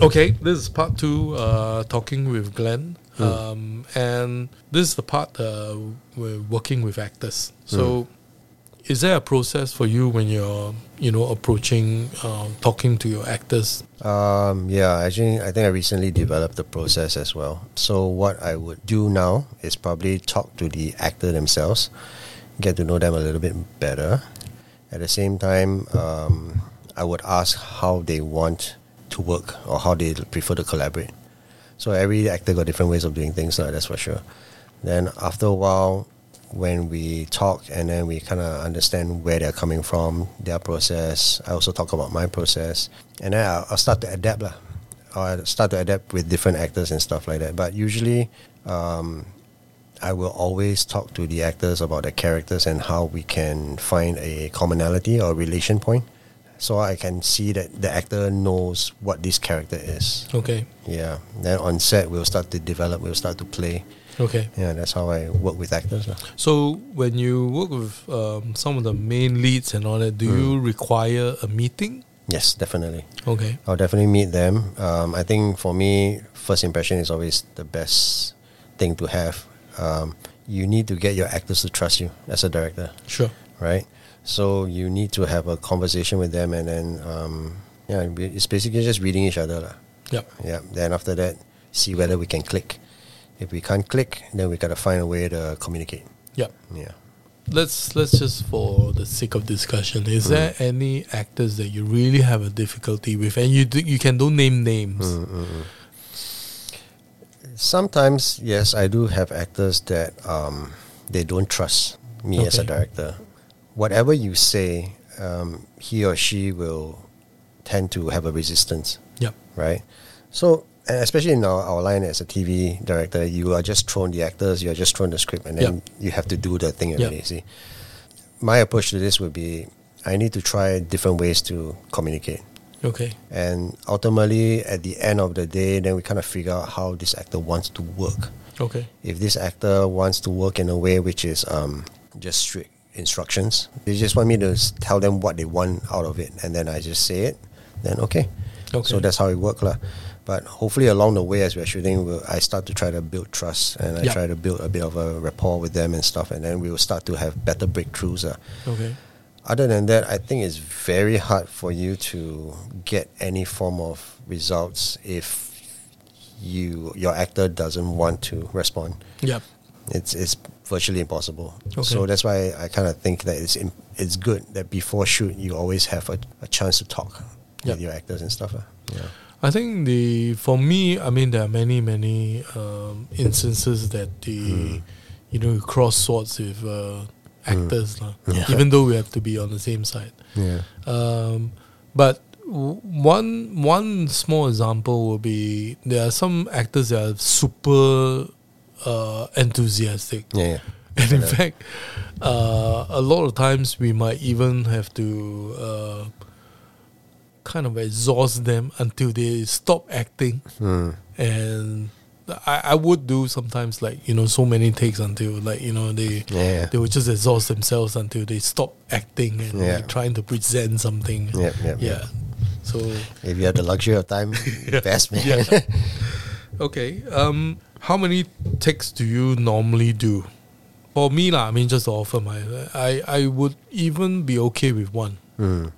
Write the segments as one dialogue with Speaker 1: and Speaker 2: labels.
Speaker 1: Okay, this is part two, uh, talking with Glenn. Um, and this is the part uh, we're working with actors. So, is there a process for you when you're, you know, approaching, um, talking to your actors?
Speaker 2: Um, yeah, actually, I think I recently developed the process as well. So what I would do now is probably talk to the actor themselves, get to know them a little bit better. At the same time, um, I would ask how they want to work or how they prefer to collaborate. So every actor got different ways of doing things, uh, that's for sure. Then after a while, when we talk and then we kind of understand where they're coming from, their process, I also talk about my process, and then I'll, I'll start to adapt lah. I'll start to adapt with different actors and stuff like that. But usually, um, I will always talk to the actors about their characters and how we can find a commonality or relation point, so I can see that the actor knows what this character is.
Speaker 1: Okay,
Speaker 2: Yeah. Then on set, we'll start to develop. We'll start to play.
Speaker 1: okay.
Speaker 2: Yeah, that's how I work with actors. lah.
Speaker 1: So, when you work with um, some of the main leads and all that, do you require a meeting?
Speaker 2: Yes, definitely.
Speaker 1: Okay,
Speaker 2: I'll definitely meet them. Um, I think for me, first impression is always the best thing to have. Um, you need to get your actors to trust you as a director,
Speaker 1: sure.
Speaker 2: right? So you need to have a conversation with them, and then um, yeah, it's basically just reading each other, lah.
Speaker 1: Yep.
Speaker 2: Yeah. Then after that, see whether we can click. If we can't click, then we gotta find a way to communicate.
Speaker 1: Yep.
Speaker 2: Yeah.
Speaker 1: Let's let's just for the sake of discussion, is there
Speaker 2: Mm.
Speaker 1: any actors that you really have a difficulty with, and you do, you can don't name names?
Speaker 2: Mm. Sometimes, yes, I do have actors that um, they don't trust me as a
Speaker 1: Okay.
Speaker 2: director. Whatever you say, um, he or she will tend to have a resistance,
Speaker 1: Yep.
Speaker 2: right? So, and especially in our, our line as a TV director, you are just thrown the actors, you are just thrown the script, and then
Speaker 1: Yep.
Speaker 2: you have to do the thing
Speaker 1: Yep.
Speaker 2: already. See, my approach to this would be, I need to try different ways to communicate.
Speaker 1: Okay.
Speaker 2: And ultimately, at the end of the day, then we kind of figure out how this actor wants to work.
Speaker 1: Okay.
Speaker 2: If this actor wants to work in a way which is um, just strict instructions, they just want me to s- tell them what they want out of it, and then I just say it, then okay.
Speaker 1: Okay.
Speaker 2: So that's how it works. But hopefully, along the way, as we're shooting, we'll, I start to try to build trust and I
Speaker 1: Yup.
Speaker 2: try to build a bit of a rapport with them and stuff, and then we will start to have better breakthroughs. lah
Speaker 1: Okay.
Speaker 2: other than that, I think it's very hard for you to get any form of results if you your actor doesn't want to respond.
Speaker 1: Yep.
Speaker 2: It's it's virtually impossible.
Speaker 1: Okay.
Speaker 2: So that's why I kind of think that it's im- it's good that before shoot you always have a, a chance to talk
Speaker 1: Yep.
Speaker 2: with your actors and stuff. ah. Yeah.
Speaker 1: I think the for me, I mean, there are many many um, instances that
Speaker 2: Mm.
Speaker 1: the you know you cross swords with uh, actors, lah.
Speaker 2: Yeah.
Speaker 1: even though we have to be on the same side.
Speaker 2: Yeah.
Speaker 1: Um, but w- one one small example will be there are some actors that are super uh, enthusiastic,
Speaker 2: Yeah. yeah.
Speaker 1: and in fact, uh, a lot of times we might even have to uh, kind of exhaust them until they stop acting.
Speaker 2: Hmm.
Speaker 1: And I, I would do sometimes like you know so many takes until like you know they
Speaker 2: Yeah.
Speaker 1: they would just exhaust themselves until they stop acting and
Speaker 2: Yeah.
Speaker 1: like, trying to present something.
Speaker 2: Yep, yep,
Speaker 1: yeah. So
Speaker 2: If you have the luxury of time, best man.
Speaker 1: yeah. okay. Um, how many takes do you normally do? For me, lah. I mean, just to offer my, I I would even be okay with one,
Speaker 2: Mm.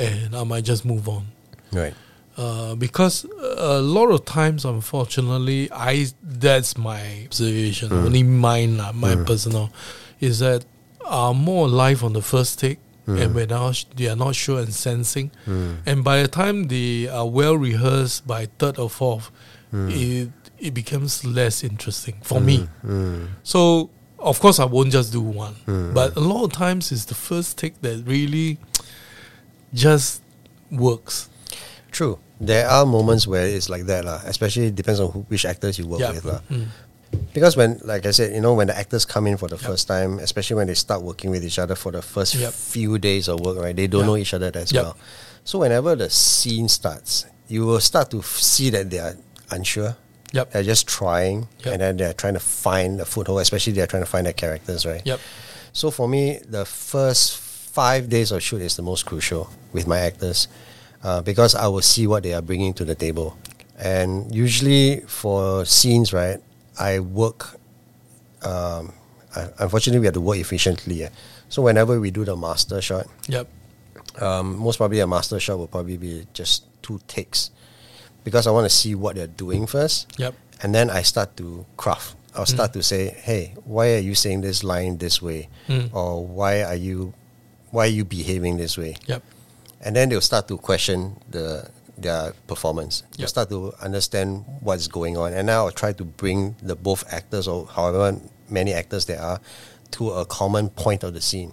Speaker 1: and I might just move on.
Speaker 2: Right.
Speaker 1: Uh, because uh, a lot of times, unfortunately, I that's my observation,
Speaker 2: Mm.
Speaker 1: only mine, lah, my personal, is that are more alive on the first take,
Speaker 2: Mm.
Speaker 1: and when are sh- they are not sure and sensing,
Speaker 2: Hmm.
Speaker 1: and by the time they are well rehearsed by third or fourth,
Speaker 2: Mm.
Speaker 1: it it becomes less interesting for me.
Speaker 2: Hmm.
Speaker 1: So of course, I won't just do one,
Speaker 2: Mm.
Speaker 1: but a lot of times it's the first take that really just works.
Speaker 2: True. There are moments where it's like that, lah. especially it depends on who, which actors you work
Speaker 1: Yeah.
Speaker 2: with. uh, lah.
Speaker 1: Mm.
Speaker 2: Because when, like I said, you know, when the actors come in for the first time, especially when they start working with each other for the first
Speaker 1: Yep.
Speaker 2: few days of work, right, they don't
Speaker 1: Yeah.
Speaker 2: know each other as
Speaker 1: Yep.
Speaker 2: well. So whenever the scene starts, you will start to f- see that they are unsure.
Speaker 1: Yep.
Speaker 2: They're just trying,
Speaker 1: Yep.
Speaker 2: and then they're trying to find a foothold, especially they're trying to find their characters, right?
Speaker 1: Yep.
Speaker 2: So for me, the first five days of shoot is the most crucial with my actors uh, because I will see what they are bringing to the table. And usually for scenes, right, I work. Um, I, unfortunately, we have to work efficiently. eh. So whenever we do the master shot,
Speaker 1: Yep.
Speaker 2: um, most probably a master shot will probably be just two takes because I want to see what they're doing first.
Speaker 1: Yep.
Speaker 2: And then I start to craft. I'll start to say, hey, why are you saying this line this way?
Speaker 1: Mm.
Speaker 2: Or why are you why are you behaving this way?
Speaker 1: Yep.
Speaker 2: And then they'll start to question the their performance. They'll
Speaker 1: Yep.
Speaker 2: start to understand what's going on. And now I'll try to bring the both actors or however many actors there are to a common point of the scene.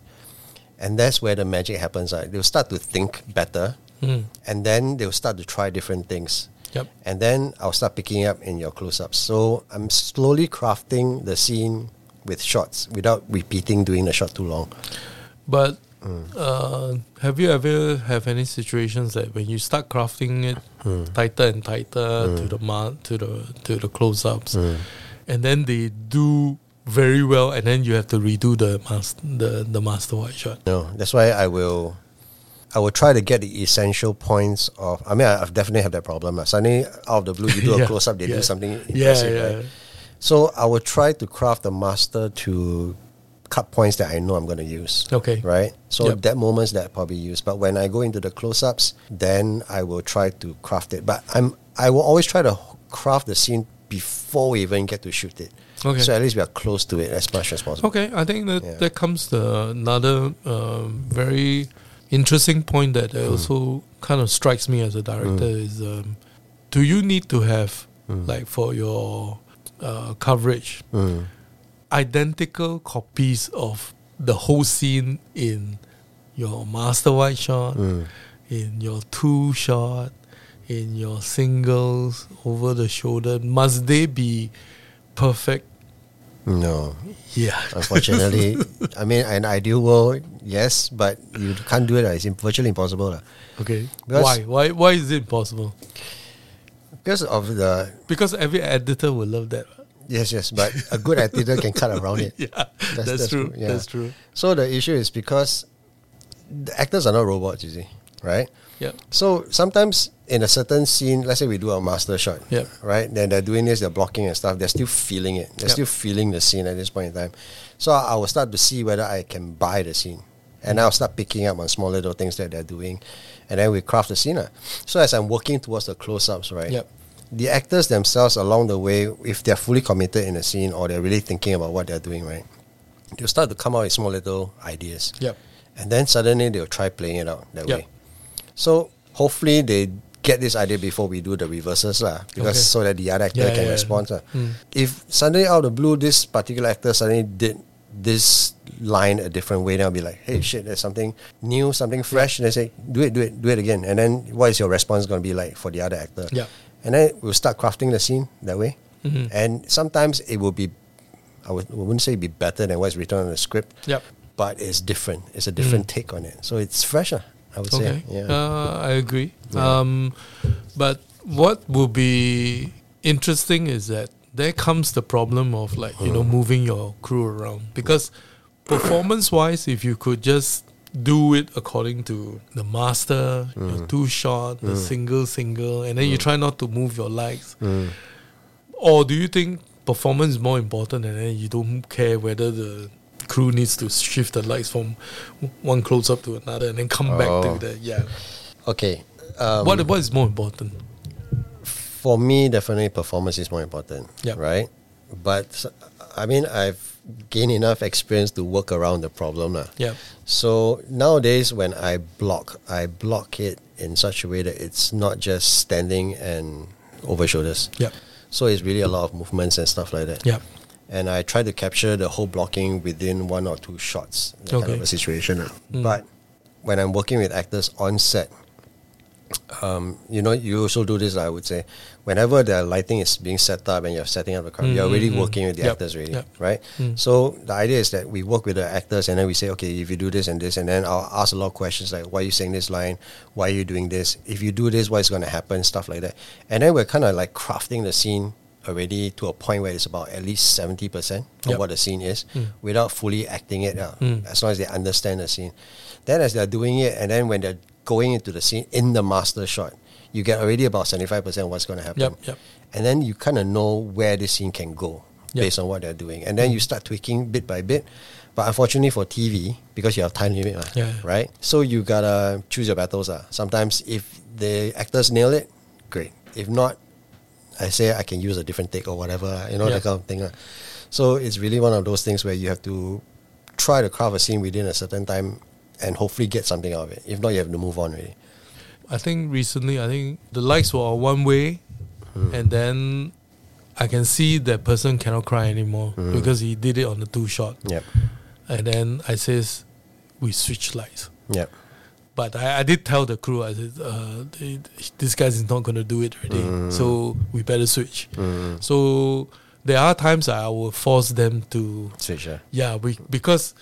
Speaker 2: And that's where the magic happens. ah. They'll start to think better
Speaker 1: Mm.
Speaker 2: and then they'll start to try different things.
Speaker 1: Yep.
Speaker 2: And then I'll start picking up in your close ups. So I'm slowly crafting the scene with shots without repeating doing the shot too long.
Speaker 1: But
Speaker 2: Mm.
Speaker 1: uh, have you ever have any situations that when you start crafting it
Speaker 2: Mm.
Speaker 1: tighter and tighter to the mar- to the to the close ups,
Speaker 2: Mm.
Speaker 1: and then they do very well, and then you have to redo the mas- the the master wide shot.
Speaker 2: No, that's why I will. I will try to get the essential points of. I mean, I, I've definitely have that problem. lah. Suddenly, out of the blue, you do a
Speaker 1: Yeah,
Speaker 2: close up, they
Speaker 1: yeah.
Speaker 2: do something
Speaker 1: Yeah,
Speaker 2: impressive.
Speaker 1: yeah.
Speaker 2: Right? So I will try to craft the master to cut points that I know I'm going to use.
Speaker 1: Okay.
Speaker 2: Right. So
Speaker 1: Yep.
Speaker 2: that moments that I probably use, but when I go into the close-ups, then I will try to craft it. But I'm I will always try to craft the scene before we even get to shoot it.
Speaker 1: Okay.
Speaker 2: So at least we are close to it as much as possible.
Speaker 1: Okay, I think that
Speaker 2: Yeah.
Speaker 1: there comes the another um, very interesting point that also kind of strikes me as a director is: um, Do you need to have like for your uh, coverage
Speaker 2: Mm.
Speaker 1: identical copies of the whole scene in your master wide shot, in your two shot, in your singles over the shoulder? Must they be perfect?
Speaker 2: No,
Speaker 1: Yeah.
Speaker 2: unfortunately, I mean, an ideal world, yes, but you can't do it. lah. It's im- virtually impossible lah.
Speaker 1: Okay.
Speaker 2: Because-
Speaker 1: why? Why? Why is it impossible?
Speaker 2: because of the
Speaker 1: Because every editor will love that.
Speaker 2: yes, yes. But a good editor can cut around it.
Speaker 1: Yeah, that's,
Speaker 2: that's
Speaker 1: true.
Speaker 2: true, yeah.
Speaker 1: That's true.
Speaker 2: So the issue is because the actors are not robots, you see, right?
Speaker 1: Yeah.
Speaker 2: So sometimes in a certain scene, let's say we do a master shot,
Speaker 1: Yep.
Speaker 2: right? Then they're doing this, they're blocking and stuff. They're still feeling it. They're
Speaker 1: Yep.
Speaker 2: still feeling the scene at this point in time. So I will start to see whether I can buy the scene, and I'll start picking up on small little things that they're doing, and then we craft the scene. ah. So as I'm working towards the close-ups, right?
Speaker 1: Yep.
Speaker 2: The actors themselves along the way, if they're fully committed in the scene or they're really thinking about what they're doing, right? They'll start to come out with small little ideas.
Speaker 1: Yep.
Speaker 2: And then suddenly they'll try playing it out that
Speaker 1: Yep.
Speaker 2: way. So hopefully they get this idea before we do the reverses lah, because
Speaker 1: Okay.
Speaker 2: so that the other actor
Speaker 1: Yeah,
Speaker 2: can
Speaker 1: yeah,
Speaker 2: respond. lah.
Speaker 1: yeah. Mm.
Speaker 2: If suddenly out of the blue this particular actor suddenly did this line a different way, then I'll be like,
Speaker 1: Hmm.
Speaker 2: hey shit, there's something new, something fresh. And they say, do it, do it, do it again. And then what is your response going to be like for the other actor?
Speaker 1: Yeah.
Speaker 2: And then we'll start crafting the scene that way.
Speaker 1: Mhm.
Speaker 2: And sometimes it will be, I, would, I wouldn't say it'd be better than what's written on the script
Speaker 1: Yep. Hmm.
Speaker 2: but it's different. It's a different take on it. So it's fresher, I would
Speaker 1: Okay.
Speaker 2: say. Yeah.
Speaker 1: Uh, I agree. Um, but what will be interesting is that there comes the problem of like you
Speaker 2: Uh-huh.
Speaker 1: know moving your crew around because performance-wise, if you could just do it according to the master,
Speaker 2: Mm.
Speaker 1: your two shot, the single single, and then you try not to move your legs. Or do you think performance is more important and then you don't care whether the crew needs to shift the lights from one close up to another and then come
Speaker 2: Oh.
Speaker 1: back to the yeah.
Speaker 2: Okay. Um,
Speaker 1: what what is more important?
Speaker 2: for me, definitely performance is more important.
Speaker 1: Yep.
Speaker 2: Right. But s- I mean, I've gained enough experience to work around the problem. lah.
Speaker 1: Yeah.
Speaker 2: So nowadays, when I block, I block it in such a way that it's not just standing and over shoulders.
Speaker 1: Yeah.
Speaker 2: So it's really a lot of movements and stuff like that.
Speaker 1: Yeah.
Speaker 2: and I try to capture the whole blocking within one or two shots, that kind
Speaker 1: Okay.
Speaker 2: of a situation. lah.
Speaker 1: Mm.
Speaker 2: But when I'm working with actors on set, um, you know, you also do this. I would say, whenever the lighting is being set up and you're setting up the camera, you're already working with the
Speaker 1: Mm, Yep,
Speaker 2: actors, already,
Speaker 1: yep. Mm.
Speaker 2: right? So the idea is that we work with the actors, and then we say, okay, if you do this and this, and then I'll ask a lot of questions like, why are you saying this line? Why are you doing this? If you do this, what's going to happen? Stuff like that, and then we're kind of like crafting the scene already to a point where it's about at least 70% of
Speaker 1: Yep. Mm.
Speaker 2: what the scene is without fully acting it out as long as they understand the scene then as they're doing it and then when they're going into the scene in the master shot you get already about 75% of what's going to happen.
Speaker 1: Yep, yep.
Speaker 2: And then you kind of know where the scene can go
Speaker 1: Yep.
Speaker 2: based on what they're doing. And then you start tweaking bit by bit. But unfortunately for TV, because you have time limit, mah,
Speaker 1: Yeah.
Speaker 2: right? So you gotta choose your battles. ah. Sometimes if the actors nail it, great. If not, I say I can use a different take or whatever, ah, you know,
Speaker 1: Yeah.
Speaker 2: that kind of thing. ah. So it's really one of those things where you have to try to carve a scene within a certain time and hopefully get something out of it. If not, you have to move on really.
Speaker 1: I think recently, I think the likes were on one way, and then I can see that person cannot cry anymore because he did it on the two shot.
Speaker 2: Yep.
Speaker 1: And then I says, we switch lights.
Speaker 2: Yep.
Speaker 1: But I, I did tell the crew, I said, uh, they, this guy's not going to do it already, so we better switch. So there are times I will force them to
Speaker 2: Switch. ah.
Speaker 1: yeah, we, because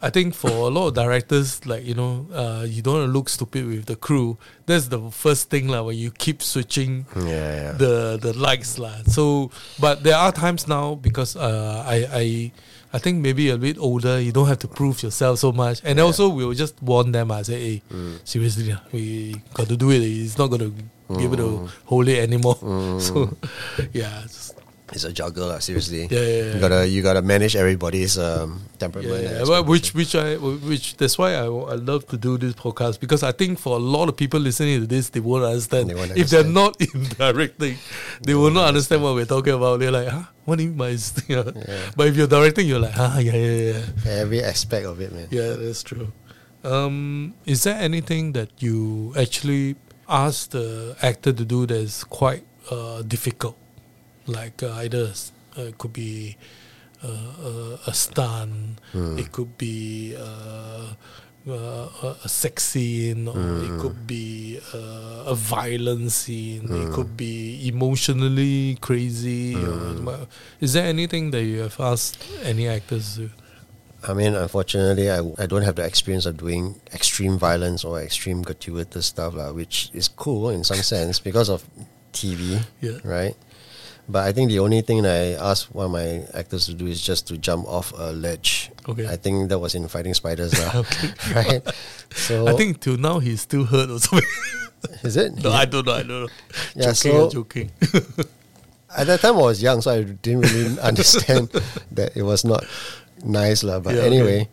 Speaker 1: I think for a lot of directors, like you know, uh, you don't want to look stupid with the crew. That's the first thing like, when you keep switching
Speaker 2: Yeah, yeah.
Speaker 1: the the likes lah. So, but there are times now because uh, I I I think maybe a bit older, you don't have to prove yourself so much. And also, we will just warn them. I say, hey, seriously, lah, we got to do it. It's not gonna be able to hold it anymore. So, yeah, just-
Speaker 2: it's a juggle, lah, seriously.
Speaker 1: Yeah, yeah, yeah.
Speaker 2: You gotta you gotta manage everybody's um, temperament.
Speaker 1: Yeah,
Speaker 2: and
Speaker 1: yeah, well, which
Speaker 2: expectation.
Speaker 1: which I which that's why I, I love to do this podcast because I think for a lot of people listening to this, they won't understand.
Speaker 2: They won't
Speaker 1: if they're
Speaker 2: understand.
Speaker 1: not in directing, they will not understand what we're talking about. They're like, huh? What do you mean by this?" You know? But if you're directing, you're like, huh? Yeah, yeah, yeah,
Speaker 2: every aspect of it, man.
Speaker 1: yeah. That's true. Um, is there anything that you actually ask the actor to do that's quite uh, difficult? Like uh, either s- uh, it could be uh, a, a stunt, it could be uh, uh, a- a sex scene, or it could be uh, a violent scene, it could be emotionally crazy. Or, is there anything that you have asked any actors to?
Speaker 2: I mean, unfortunately, I, I don't have the experience of doing extreme violence or extreme gratuitous stuff, lah, which is cool in some sense because of TV,
Speaker 1: Yeah.
Speaker 2: right? But I think the only thing that I asked one of my actors to do is just to jump off a ledge.
Speaker 1: Okay.
Speaker 2: I think that was in Fighting Spiders, lah, right? So
Speaker 1: I think till now he's still hurt or something.
Speaker 2: is it?
Speaker 1: no, I don't know. I don't know.
Speaker 2: Yeah,
Speaker 1: joking,
Speaker 2: so-
Speaker 1: I'm joking.
Speaker 2: At that time, I was young, so I didn't really understand that it was not nice, lah. But
Speaker 1: Yeah, okay.
Speaker 2: anyway,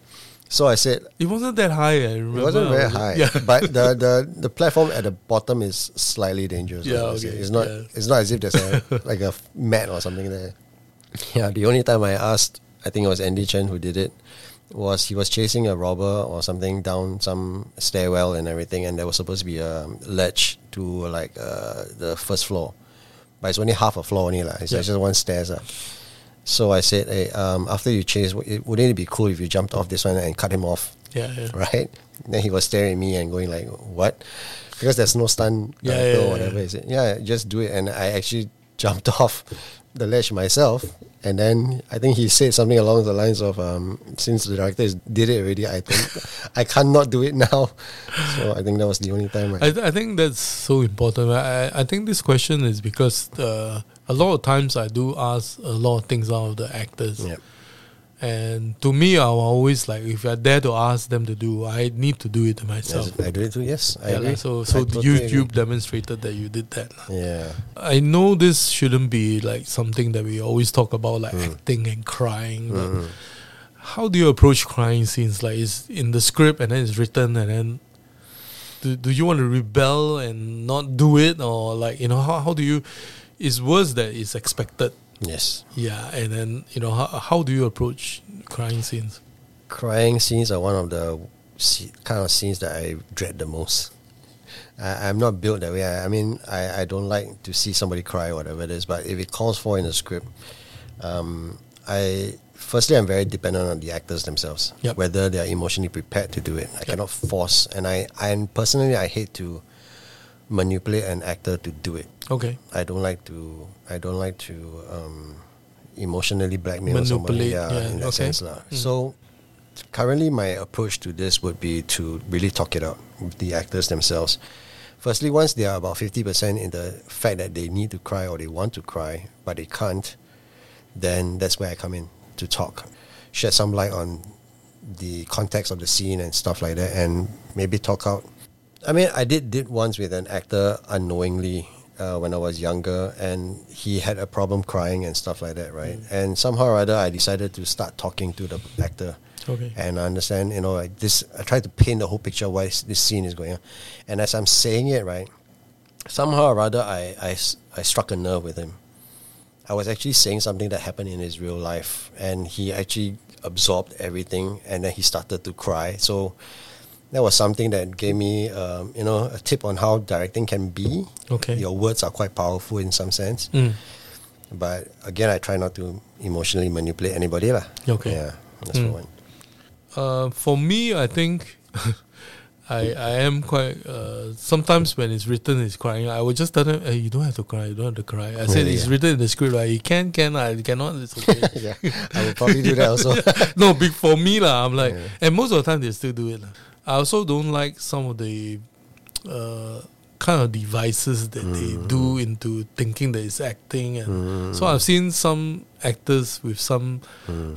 Speaker 2: so I said
Speaker 1: it wasn't that high. I remember.
Speaker 2: It wasn't very
Speaker 1: I was-
Speaker 2: high,
Speaker 1: Yeah.
Speaker 2: but the, the the platform at the bottom is slightly dangerous.
Speaker 1: Yeah,
Speaker 2: I would say.
Speaker 1: okay,
Speaker 2: It's not
Speaker 1: yeah.
Speaker 2: it's not as if there's a like a f- mat or something there. Yeah, the only time I asked, I think it was Andy Chen who did it, was he was chasing a robber or something down some stairwell and everything, and there was supposed to be a ledge to like uh, the first floor, but it's only half a floor only lah. It's
Speaker 1: Yeah.
Speaker 2: just one stairs lah. So I said, hey, um, after you chase, w- it- wouldn't it be cool if you jumped off this one and cut him off?
Speaker 1: yeah, yeah.
Speaker 2: right? Then he was staring at me and going like, "What?" Because there's no stun
Speaker 1: Yeah,
Speaker 2: director
Speaker 1: yeah,
Speaker 2: or
Speaker 1: yeah,
Speaker 2: whatever.
Speaker 1: yeah.
Speaker 2: Is it? Yeah, just do it. And I actually jumped off the ledge myself. And then I think he said something along the lines of, um, "Since the director is- did it already, I think I can't not do it now." So I think that was the only time.
Speaker 1: I,
Speaker 2: I,
Speaker 1: th- I think that's so important. I, I- I think this question is because uh, a lot of times I do ask a lot of things out of the actors.
Speaker 2: Yep.
Speaker 1: And to me, I'm always like, if I dare to ask them to do, I need to do it myself.
Speaker 2: I do it too. Yes, I
Speaker 1: Yeah,
Speaker 2: agree.
Speaker 1: like, so
Speaker 2: I
Speaker 1: so
Speaker 2: totally agree.
Speaker 1: YouTube demonstrated that you did that. lah.
Speaker 2: Yeah.
Speaker 1: I know this shouldn't be like something that we always talk about, like acting and crying. But How do you approach crying scenes? Like, it's in the script and then it's written, and then do, do you want to rebel and not do it, or like you know how how do you? It's worse that it's expected.
Speaker 2: Yes.
Speaker 1: Yeah, and then you know how how do you approach crying scenes?
Speaker 2: crying scenes are one of the se- kind of scenes that I dread the most. I, I'm not built that way. I, I mean, I, I don't like to see somebody cry, or whatever it is. But if it calls for in the script, um, I firstly I'm very dependent on the actors themselves,
Speaker 1: Yep.
Speaker 2: whether they are emotionally prepared to do it. I cannot force, and I and personally I hate to manipulate an actor to do it.
Speaker 1: Okay,
Speaker 2: I don't like to. I don't like to um, emotionally blackmail
Speaker 1: Manipulate,
Speaker 2: somebody. Yeah,
Speaker 1: yeah,
Speaker 2: in that
Speaker 1: okay. Mm.
Speaker 2: sense, lah. So currently, my approach to this would be to really talk it out with the actors themselves. Firstly, once they are about fifty percent in the fact that they need to cry or they want to cry but they can't, then that's where I come in to talk, shed some light on the context of the scene and stuff like that, and maybe talk out I mean, I did did once with an actor unknowingly uh, when I was younger, and he had a problem crying and stuff like that, right? And somehow or other, I decided to start talking to the actor.
Speaker 1: Okay.
Speaker 2: And I understand, you know, like this. I tried to paint the whole picture why s- this scene is going on, and as I'm saying it, right, somehow or other, I I s- I struck a nerve with him. I was actually saying something that happened in his real life, and he actually absorbed everything, and then he started to cry. So that was something that gave me, um, you know, a tip on how directing can be.
Speaker 1: Okay.
Speaker 2: your words are quite powerful in some sense,
Speaker 1: Mm.
Speaker 2: but again, I try not to emotionally manipulate anybody, lah.
Speaker 1: Okay.
Speaker 2: yeah, that's
Speaker 1: Mm.
Speaker 2: for one.
Speaker 1: Uh, for me, I think I I am quite. Uh, sometimes when it's written, it's crying. I would just tell them, hey, "You don't have to cry. You don't have to cry." I said,
Speaker 2: Yeah,
Speaker 1: "It's
Speaker 2: Oh, yeah.
Speaker 1: written in the script. Right? You can, can. I cannot. It's okay."
Speaker 2: yeah, I would probably do that also.
Speaker 1: no, big for me lah. I'm like,
Speaker 2: Yeah.
Speaker 1: and most of the time they still do it. lah. I also don't like some of the uh, kind of devices that
Speaker 2: Mm.
Speaker 1: they do into thinking that it's acting, and
Speaker 2: Hmm,
Speaker 1: so I've seen some actors with some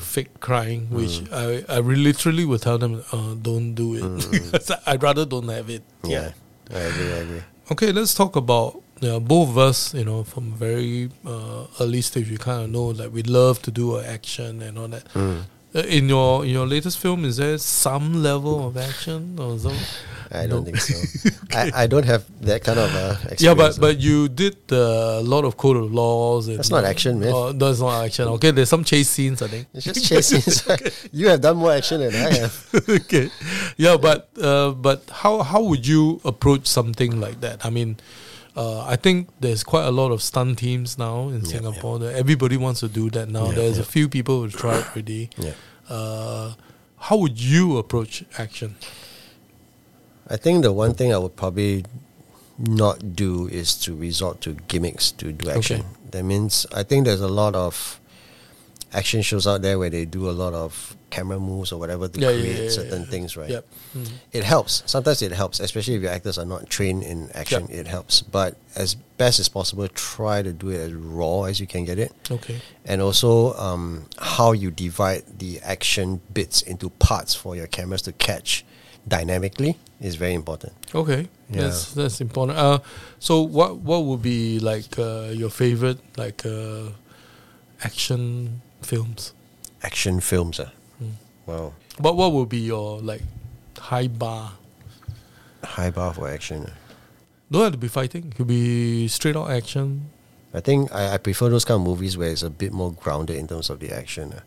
Speaker 1: fake crying, which I I really literally will tell them, uh, don't do it. I'd rather don't have it.
Speaker 2: yeah, I agree. I agree.
Speaker 1: Okay, let's talk about you know, both of us. You know, from very uh, early stage, we kind of know that we love to do uh, action and all that. Uh, in your in your latest film, is there some level of action or some?
Speaker 2: I
Speaker 1: No.
Speaker 2: don't think so. I, I don't have that kind of uh, experience.
Speaker 1: yeah, but but you did uh, a lot of code of laws. And
Speaker 2: That's not action, man.
Speaker 1: Oh, that's not action. Okay, there's some chase scenes. I think.
Speaker 2: it's just chasing. you have done more action than I have.
Speaker 1: okay, yeah, but uh, but how how would you approach something like that? I mean, uh, I think there's quite a lot of stunt teams now in
Speaker 2: Yep,
Speaker 1: Singapore. That everybody wants to do that now.
Speaker 2: Yep,
Speaker 1: there's a
Speaker 2: yep.
Speaker 1: few people who tried already.
Speaker 2: Yeah.
Speaker 1: Uh, how would you approach action?
Speaker 2: I think the one thing I would probably not do is to resort to gimmicks to do action.
Speaker 1: Okay.
Speaker 2: That means I think there's a lot of action shows out there where they do a lot of camera moves or whatever to
Speaker 1: Yeah, yeah,
Speaker 2: create
Speaker 1: yeah, yeah,
Speaker 2: certain
Speaker 1: yeah.
Speaker 2: things, right?
Speaker 1: Yep. Mm.
Speaker 2: It helps. Sometimes it helps, especially if your actors are not trained in action. It helps. But as best as possible, try to do it as raw as you can get it.
Speaker 1: Okay.
Speaker 2: and also um, how you divide the action bits into parts for your cameras to catch dynamically is very important.
Speaker 1: Okay.
Speaker 2: Yeah.
Speaker 1: That's that's important. Uh, so what what would be like uh, your favorite like uh, action films?
Speaker 2: Action films, ah,
Speaker 1: Hmm.
Speaker 2: wow,
Speaker 1: But what would be your like high bar?
Speaker 2: high bar for action. ah.
Speaker 1: Don't have to be fighting. Could be straight out action.
Speaker 2: I think I, I prefer those kind of movies where it's a bit more grounded in terms of the action. ah.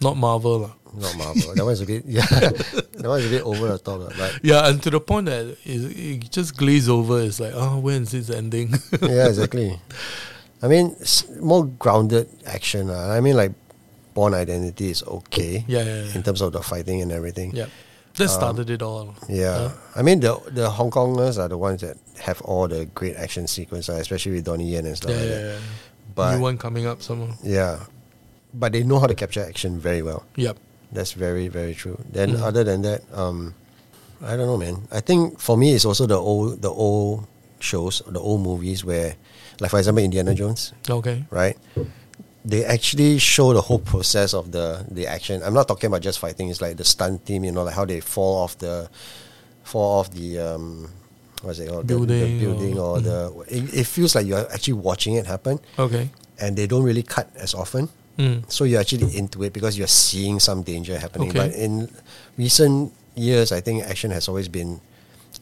Speaker 1: Not Marvel. lah.
Speaker 2: Not Marvel. that one's a bit yeah. that one's a bit over the top, ah, but
Speaker 1: Yeah, and to the point that it, it just glaze over. It's like, oh, when is this ending?
Speaker 2: yeah, exactly. I mean, s- more grounded action. ah. I mean, like Born Identity is okay.
Speaker 1: Yeah, yeah, yeah.
Speaker 2: In terms of the fighting and everything.
Speaker 1: yeah. That started it all.
Speaker 2: Yeah, I mean the the Hong Kongers are the ones that have all the great action sequences, especially with Donnie Yen and stuff
Speaker 1: Yeah, yeah,
Speaker 2: like
Speaker 1: yeah.
Speaker 2: that.
Speaker 1: yeah.
Speaker 2: But
Speaker 1: New one coming up somewhere.
Speaker 2: yeah, but they know how to capture action very well.
Speaker 1: Yep.
Speaker 2: That's very very true. Then
Speaker 1: Mm.
Speaker 2: other than that, um, I don't know, man. I think for me it's also the old the old shows, the old movies where, like for example, Indiana
Speaker 1: Mm.
Speaker 2: Jones,
Speaker 1: Okay.
Speaker 2: right? They actually show the whole process of the the action. I'm not talking about just fighting. It's like the stunt team, you know, like how they fall off the fall off the um, what's it called? The-
Speaker 1: Building
Speaker 2: the, building,
Speaker 1: or- Mm.
Speaker 2: or, the. It, it feels like you're actually watching it happen,
Speaker 1: Okay.
Speaker 2: and they don't really cut as often.
Speaker 1: Mm.
Speaker 2: So you're actually into it because you're seeing some danger happening.
Speaker 1: Okay.
Speaker 2: But in recent years, I think action has always been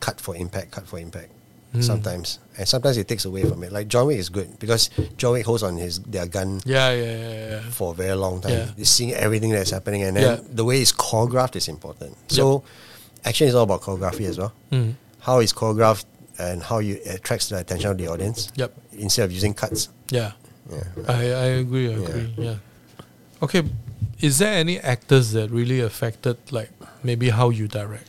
Speaker 2: cut for impact, cut for impact.
Speaker 1: Hmm.
Speaker 2: Sometimes, and sometimes it takes away from it. Like John Wick is good because John Wick holds on his their gun
Speaker 1: Yeah, yeah, yeah, yeah.
Speaker 2: for a very long time.
Speaker 1: Yeah.
Speaker 2: He's seeing everything that's happening, and then
Speaker 1: Yeah.
Speaker 2: the way it's choreographed is important. So, action is all about choreography as well.
Speaker 1: Mm.
Speaker 2: How it's choreographed and how you it attracts the attention of the audience.
Speaker 1: Yep.
Speaker 2: Instead of using cuts.
Speaker 1: Yeah.
Speaker 2: Yeah.
Speaker 1: I, I agree, I agree. Yeah. Okay. Is there any actors that really affected like maybe how you direct?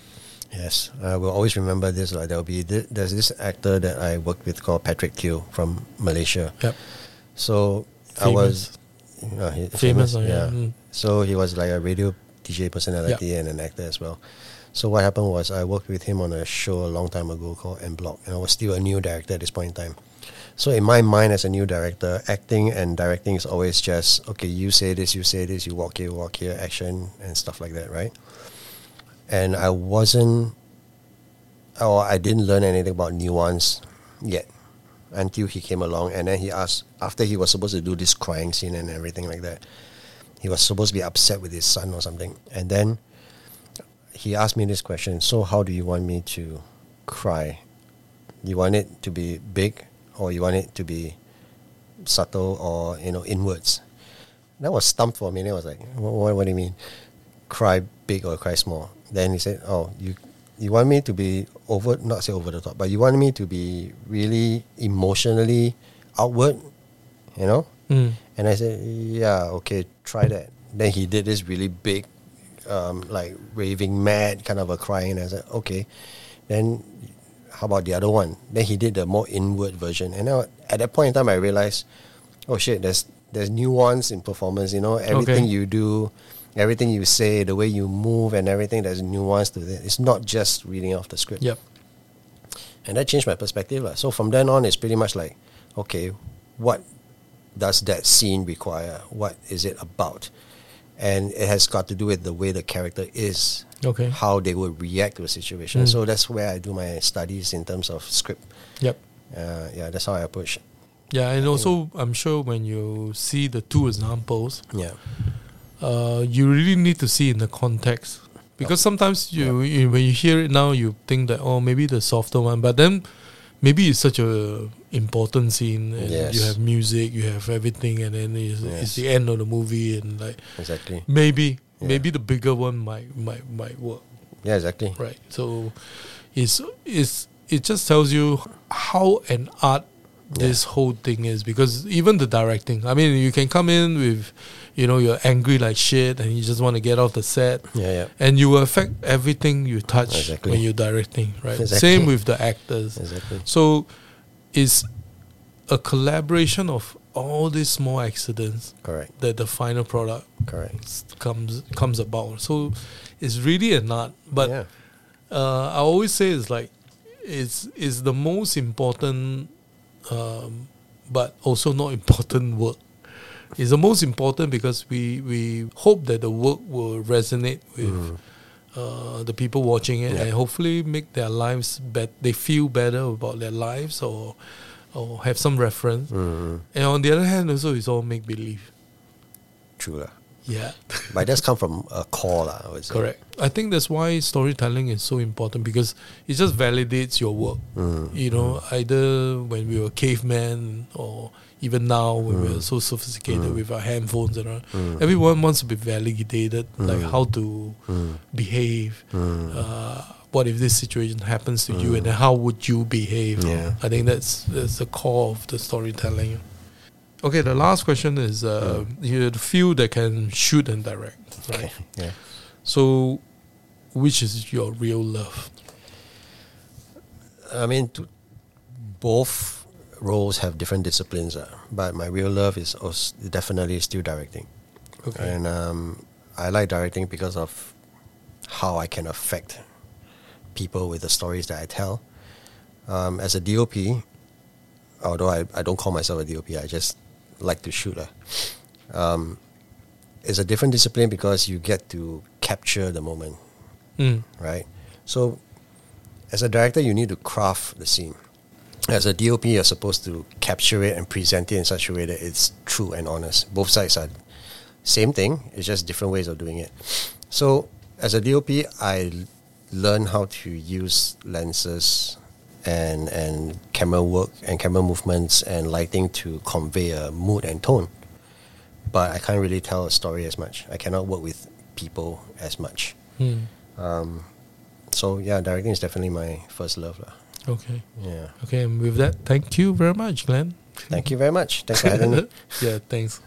Speaker 2: Yes, I will always remember this. Like there'll be th- there's this actor that I worked with called Patrick Teo from Malaysia.
Speaker 1: Yep.
Speaker 2: So I was uh, he-
Speaker 1: Famous, oh, yeah. Mm.
Speaker 2: So he was like a radio DJ personality and an actor as well. So what happened was I worked with him on a show a long time ago called M Block, and I was still a new director at this point in time. So in my mind, as a new director, acting and directing is always just okay. You say this, you say this, you walk here, walk here, action and stuff like that, right? And I wasn't. or I didn't learn anything about nuance yet until he came along and then he asked after he was supposed to do this crying scene and everything like that. He was supposed to be upset with his son or something. And then he asked me this question, so how do you want me to cry? You want it to be big or you want it to be subtle or, you know, inwards? That was stumped for a minute. I was like, what, what do you mean? Cry big or cry small? Then he said, oh, you you want me to be over not say over the top, but you want me to be really emotionally outward, you know?
Speaker 1: Mm.
Speaker 2: And I said, Yeah, okay, try that. Then he did this really big, um, like raving mad kind of a crying. And I said, Okay. Then how about the other one? Then he did the more inward version. And now at that point in time I realized, oh shit, there's there's nuance in performance, you know, everything
Speaker 1: Okay.
Speaker 2: you do, everything you say, the way you move and everything, there's nuance to it. It's not just reading off the script
Speaker 1: Yep.
Speaker 2: and that changed my perspective. lah. So from then on, it's pretty much like, okay, what does that scene require? What is it about? And it has got to do with the way the character is,
Speaker 1: Okay.
Speaker 2: how they would react to a situation.
Speaker 1: Mm.
Speaker 2: So that's where I do my studies in terms of script.
Speaker 1: Yep.
Speaker 2: Uh, yeah, that's how I approach. it.
Speaker 1: Yeah, and also I'm sure when you see the two examples,
Speaker 2: Yeah,
Speaker 1: uh, you really need to see in the context because sometimes you, you when you hear it now, you think that oh maybe the softer one, but then maybe it's such a important scene and
Speaker 2: Yes.
Speaker 1: you have music, you have everything, and then it's, it's
Speaker 2: Yes.
Speaker 1: the end of the movie, and like
Speaker 2: exactly.
Speaker 1: maybe
Speaker 2: Yeah.
Speaker 1: maybe the bigger one might might might work.
Speaker 2: Yeah, exactly.
Speaker 1: Right. So it's it's it just tells you how an art this whole thing is because even the directing. I mean, you can come in with you know you're angry like shit and you just want to get off the set
Speaker 2: Yeah, yeah,
Speaker 1: and you will affect everything you touch
Speaker 2: Exactly.
Speaker 1: when you're directing, right?
Speaker 2: Exactly.
Speaker 1: Same with the actors.
Speaker 2: exactly.
Speaker 1: So it's a collaboration of all these small accidents
Speaker 2: Correct,
Speaker 1: that the final product
Speaker 2: correct.
Speaker 1: comes comes about. So it's really an art, but
Speaker 2: yeah,
Speaker 1: uh, I always say it's like it's it's the most important, um, but also not important work. It's the most important because we we hope that the work will resonate with uh, the people watching it
Speaker 2: Mm-hmm. Yeah.
Speaker 1: and hopefully make their lives bet they feel better about their lives or or have some reference.
Speaker 2: Mm,
Speaker 1: And on the other hand, also it's all make believe.
Speaker 2: true lah.
Speaker 1: Yeah.
Speaker 2: But that's come from a core lah. I would say.
Speaker 1: Correct. I think that's why storytelling is so important because it just validates your work.
Speaker 2: Mm.
Speaker 1: You know, either when we were cavemen or even now when we're so sophisticated with our handphones and all, everyone wants to be validated, like how to behave. Uh, what if this situation happens to you, and then how would you behave?
Speaker 2: Yeah.
Speaker 1: I think that's that's the core of the storytelling. Okay, the last question is: uh, you feel that can shoot and direct, right?
Speaker 2: Okay. Yeah.
Speaker 1: So, which is your real love?
Speaker 2: I mean, to, both roles have different disciplines, uh, but my real love is also definitely still directing.
Speaker 1: Okay.
Speaker 2: And um, I like directing because of how I can affect people with the stories that I tell. Um, as a DOP, although I, I don't call myself a DOP, I just like to shoot. Uh, um, it's a different discipline because you get to capture the moment
Speaker 1: Mm.
Speaker 2: right? So, as a director, you need to craft the scene. As a DOP, you're supposed to capture it and present it in such a way that it's true and honest. Both sides are same thing. It's just different ways of doing it. So, as a DOP, I l- learn how to use lenses and and camera work and camera movements and lighting to convey a mood and tone. But I can't really tell a story as much. I cannot work with people as much.
Speaker 1: Mm.
Speaker 2: Um, So yeah, directing is definitely my first love. lah.
Speaker 1: Okay.
Speaker 2: Yeah.
Speaker 1: Okay. And with that, thank you very much, Glenn.
Speaker 2: Thank you very much. Thanks for having me.
Speaker 1: yeah. Thanks.